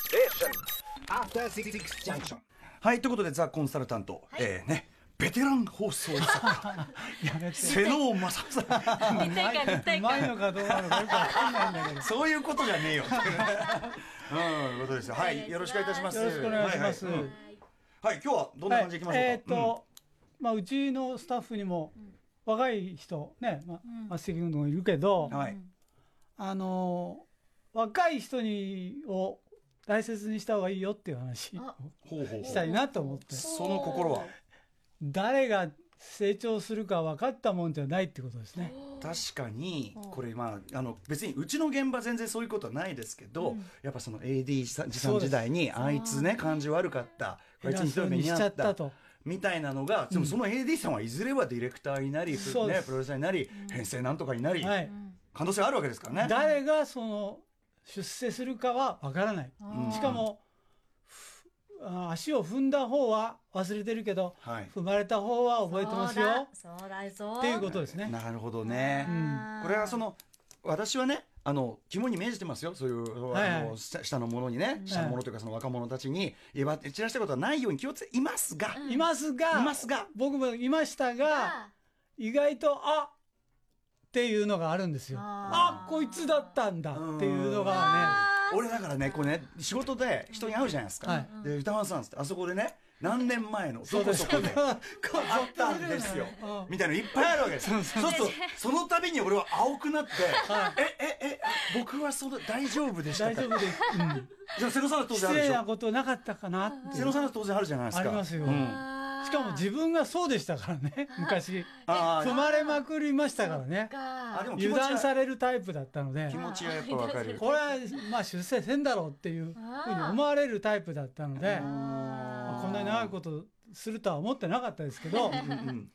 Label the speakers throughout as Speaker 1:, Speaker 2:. Speaker 1: Station.
Speaker 2: After Six Junction.
Speaker 3: はいということでザ・コンサルタント、えーねベテラン放送作家瀬能正さ
Speaker 4: 立体感立体
Speaker 5: うまい
Speaker 4: 感
Speaker 5: のかどうなのかよくわかんないんだけど
Speaker 3: ん そういうことじゃねえようんことですよはいよろしくお願いいたします
Speaker 5: よろしくお願いします、
Speaker 3: は
Speaker 5: はいい
Speaker 3: はいうんはい今日はどんな感じでいきましょうか、
Speaker 5: えーっと、まあうちのスタッフにも若い人ねまあ
Speaker 4: うん
Speaker 5: 松崎君とかいるけど、
Speaker 3: うんはい
Speaker 5: あのー若い人にを大切にした方がいいよっていう話
Speaker 4: あ
Speaker 3: ほうほう
Speaker 5: したいなと思って
Speaker 3: その心は
Speaker 5: 誰が成長するか分かったもんじゃないってことですね
Speaker 3: 確かにこれまああの別にうちの現場全然そういうことはないですけど、やっぱその AD さんさん時代にあいつね感じ悪かったあいつ
Speaker 5: 偉
Speaker 3: に一
Speaker 5: そ
Speaker 3: 人
Speaker 5: う
Speaker 3: 目
Speaker 5: に
Speaker 3: に
Speaker 5: し
Speaker 3: あ
Speaker 5: ちゃ
Speaker 3: っ
Speaker 5: った
Speaker 3: た
Speaker 5: と
Speaker 3: みたいなのが、でもその AD さんはいずれはディレクターになり、
Speaker 5: そうで
Speaker 3: ね、
Speaker 5: す
Speaker 3: プロデューサーになり、編成なんとかになり、
Speaker 5: はい
Speaker 3: 可能性あるわけですからね。
Speaker 5: 誰がその出世するかは分からない
Speaker 3: うん
Speaker 5: しかもふあ足を踏んだ方は忘れてるけど
Speaker 3: はい、
Speaker 5: 踏まれた方は覚えてますよ
Speaker 4: そうだそうだぞ
Speaker 5: っていうことですね
Speaker 3: なるほどね。
Speaker 5: ん
Speaker 3: これはそ
Speaker 4: の
Speaker 3: の私はねあの肝に銘じてますよそういう、
Speaker 5: はいはい
Speaker 3: あの下下の者にね
Speaker 5: ん
Speaker 3: 下の者というかその若者たちにえば散らしたことはないように気をつけいますが、
Speaker 5: いますが
Speaker 3: いますが
Speaker 5: 僕もいましたが意外とあっていうのがあるんですよ
Speaker 4: あ
Speaker 5: あ
Speaker 4: ー
Speaker 5: こいつだったんだっていうのが
Speaker 3: 俺だからねこうね仕事で人に会うじゃないですか、
Speaker 5: はい
Speaker 3: で歌丸さんっつってあそこでね何年前の
Speaker 5: ね
Speaker 3: そこそこで
Speaker 5: こう
Speaker 3: あったんですよ
Speaker 5: うん
Speaker 3: みたいなのいっぱいあるわけですそうするとその度に俺は青くなってえええ僕はその大丈夫でしたか
Speaker 5: 大丈夫です、うん
Speaker 3: じゃあ瀬野さんは当然あ
Speaker 5: 失
Speaker 3: るで
Speaker 5: 礼
Speaker 3: し
Speaker 5: な
Speaker 3: ょ
Speaker 5: ことなかったかなって
Speaker 3: 瀬野さんは当然あるじゃないですか
Speaker 5: ありますよ
Speaker 3: うん
Speaker 5: しかも自分がそうでしたからね昔
Speaker 3: あ
Speaker 5: 踏
Speaker 3: ー
Speaker 5: まれまくりましたからね
Speaker 4: が
Speaker 3: あでも気持
Speaker 5: 油
Speaker 3: ち
Speaker 5: 断さ
Speaker 3: は
Speaker 5: れるタイプだったので
Speaker 3: 気持ちはやっぱわかる
Speaker 5: これはまあ出世せんだろうっていうふうに思われるタイプだったので
Speaker 4: あー
Speaker 5: こんなに長いことするとは思ってなかったですけ ど
Speaker 3: うんうん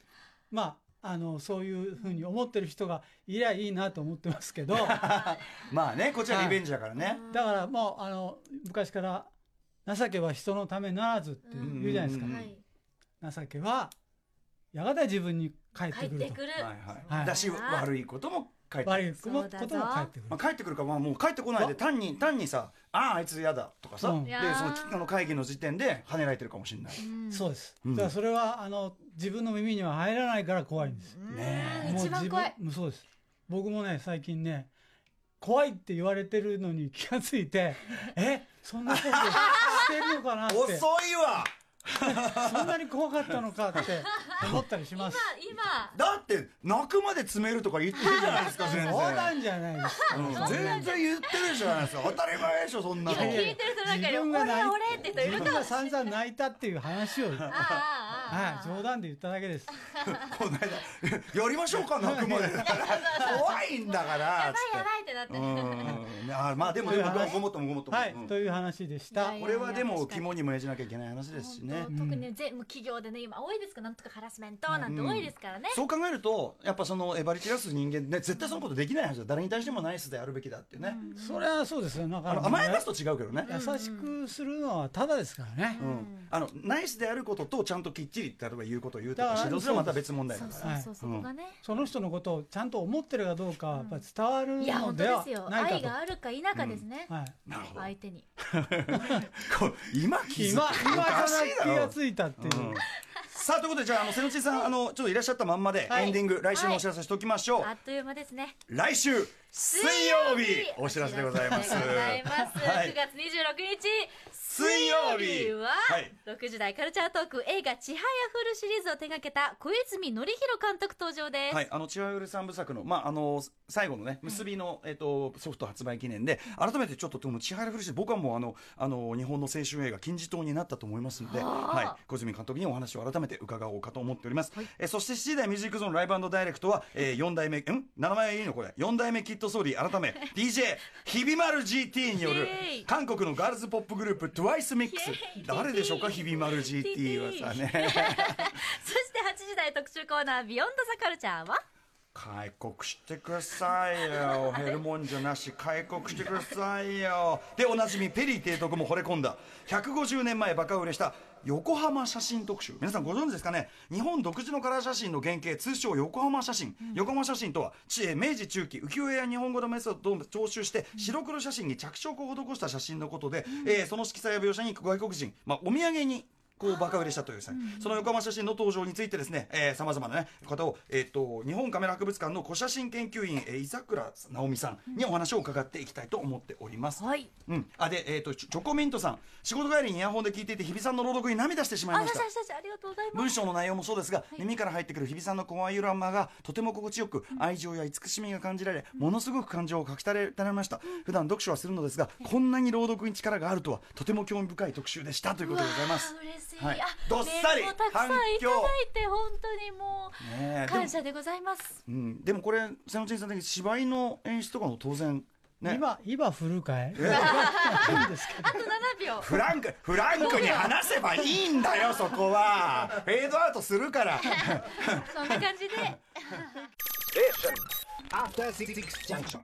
Speaker 5: まああのそういうふうに思ってる人がいりゃいいなと思ってますけどだか
Speaker 3: まあねこっちはリベンジだからね
Speaker 5: らもうあの昔から「情けは人のためならず」って言うじゃないですか
Speaker 3: うんうん
Speaker 4: はい
Speaker 5: 情けはやがて自分に返っ
Speaker 4: 帰
Speaker 5: て
Speaker 4: っ
Speaker 5: くる
Speaker 4: て
Speaker 5: と
Speaker 4: くる
Speaker 3: はいは
Speaker 5: はいい
Speaker 3: だし悪いことも書いてくる
Speaker 5: 悪いこともことも返ってく
Speaker 3: ま
Speaker 5: る
Speaker 3: あ、帰ってくるか、まあ、もう帰ってこないで
Speaker 5: わ
Speaker 3: 単に単にさ「あああいつ嫌だ」とかさ、
Speaker 5: うん
Speaker 3: で
Speaker 4: いやー
Speaker 3: そのきあの会議の時点で跳ねられてるかもしれない、
Speaker 5: そうです
Speaker 3: うん
Speaker 5: だからそれはあの自分の耳には入らないから怖いんです
Speaker 3: ね
Speaker 4: 一番怖い
Speaker 5: もうそうです僕もね最近ね怖いって言われてるのに気がつい てえそんなことしてるのかなっ
Speaker 3: え
Speaker 5: て
Speaker 3: 遅いわ
Speaker 5: そんなに怖かったのかって思ったりします
Speaker 4: 今
Speaker 3: だって泣くまで詰めるとか言ってるじゃないですか
Speaker 5: そう
Speaker 3: 全
Speaker 5: な
Speaker 3: 然
Speaker 5: んじゃないです か
Speaker 3: うん全然言ってるじゃないですか当たり前でしょそんなの
Speaker 4: 今聞いてる人の中に
Speaker 5: 自分
Speaker 4: 俺
Speaker 5: が泣い
Speaker 4: 俺って人いるか
Speaker 5: 自分
Speaker 4: もしれ
Speaker 5: が
Speaker 4: ない
Speaker 5: 散々泣いたっていう話を、 は
Speaker 4: あ
Speaker 5: い、冗談で言っただけです
Speaker 3: この間「やりましょうか泣くまで」怖いんだから
Speaker 4: あやばいやばいってなってる
Speaker 3: うんねあーまあでもでもごもっともごもっとも、
Speaker 5: はい、
Speaker 3: うん
Speaker 5: という話でした
Speaker 4: いや
Speaker 3: これはでも肝に銘じなきゃいけない話ですしね
Speaker 4: 本当特にね全部企業でね今多いですからなんとかハラスメントなんて多いですからね
Speaker 3: そう考えるとやっぱそのえばり散らす人間ね絶対そのことできないはずだ誰に対してもナイスであるべきだってね、
Speaker 5: それはそうですよだか
Speaker 3: あ
Speaker 5: ら
Speaker 3: の甘やかすと違うけどね、
Speaker 5: 優しくするのはただですからね、
Speaker 3: うんあのナイスであることとちゃんときっちり例えば言うことを言うと
Speaker 5: だ
Speaker 3: か
Speaker 5: から
Speaker 3: 指導するのはまた別問題だから
Speaker 4: そうそうそこがね
Speaker 5: その人のことをちゃんと思ってるかどうかはやっぱり伝わる
Speaker 4: いや
Speaker 5: の
Speaker 4: 本当
Speaker 5: で
Speaker 4: で
Speaker 5: は
Speaker 4: すよ
Speaker 5: ないか
Speaker 4: 愛
Speaker 5: と、
Speaker 4: があるか否かですね
Speaker 5: はい、
Speaker 3: なるほど
Speaker 4: 相手に
Speaker 3: こう今気づく
Speaker 5: 今今
Speaker 3: おか
Speaker 5: か
Speaker 3: しい
Speaker 5: ら
Speaker 3: だ
Speaker 5: 気が
Speaker 3: ろ
Speaker 5: ついたっていう、
Speaker 3: うんさあということでじゃああの瀬野内さんあのちょっといらっしゃったまんまで
Speaker 4: はい
Speaker 3: エンディング来週のお知らせしておきましょう
Speaker 4: あっという間ですね
Speaker 3: 来週水曜日お知らせでございます
Speaker 4: お知らせでございます
Speaker 3: はい
Speaker 4: 9月26日
Speaker 3: 水曜日
Speaker 4: は
Speaker 3: はい
Speaker 4: 6時台カルチャートーク映画「ちはやふる」シリーズを手掛けた小泉紀弘監督登場です
Speaker 3: はい、あの、チワウル三部作の、まあ、あの、最後のね、結びの、えっと、ソフト発売記念で、改めてちょっと、でも、チハイルフルシ僕はもう、あの、あの、日本の青春映画、金字塔になったと思いますので、はい、小泉監督にお話を改めて伺おうかと思っております。え、そして、7時台ミュージックゾーンライブダイレクトは、えー、4代目、ん ?7 枚いいのこれ。4代目キッドソーリー、改 め、DJ、ひびまる GT による
Speaker 4: イエイ、
Speaker 3: 韓国のガールズポップグループ、TWICE ミックス。誰でしょうか、ひびまる GT はさね。
Speaker 4: そして8時台特集コーナー「ビヨンドザカルチャーは
Speaker 3: 開国してくださいよ 減るもんじゃなし開国してくださいよでおなじみペリー提督も惚れ込んだ150年前バカ売れした横浜写真特集皆さんご存知ですかね日本独自のカラー写真の原型通称横浜写真、横浜写真とは地え明治中期浮世絵や日本語のメソッドを徴収して白黒写真に着色を施した写真のことで、えーその色彩や描写に外国人、まあ、お土産にこうバカ売れしたというですね、その横浜写真の登場についてですね、えー、様々なね、方を、えーっと、日本カメラ博物館の古写真研究員、えー、井桜直美さんにお話を伺っていきたいと思っております。
Speaker 4: はい。
Speaker 3: うん。あ、で、えーっと、チョチョコミントさん、仕事帰りにイヤホンで聞いていて、日比さんの朗読に涙してしまい
Speaker 4: あ、
Speaker 3: まし
Speaker 4: さ
Speaker 3: た。
Speaker 4: しさし、ありがとうございます。
Speaker 3: 文章の内容もそうですが、
Speaker 4: い
Speaker 3: 耳から入ってくる日比さんのコアユラマがとても心地よく愛情や慈しみが感じられ、ものすごく感情をかきたれられました、普段読書はするのですがこんなに朗読に力があるとはとても興味深い特集でしたということでございます
Speaker 4: うわー嬉しい。
Speaker 3: はい
Speaker 4: あ
Speaker 3: どっさり
Speaker 4: メールもたくさんいただいて、本当にも
Speaker 3: ねえ
Speaker 4: う、感謝でございます。
Speaker 3: でも,、うん、でもこれ瀬野ちんさん的に芝居の演出とかも当然ね
Speaker 5: 今、今振る かい
Speaker 3: え
Speaker 5: いいんですけど
Speaker 4: あと7秒。
Speaker 3: フランクフランクに話せばいいんだよそこはフェードアウトするから
Speaker 4: そんな感じで。
Speaker 2: After Six Junction.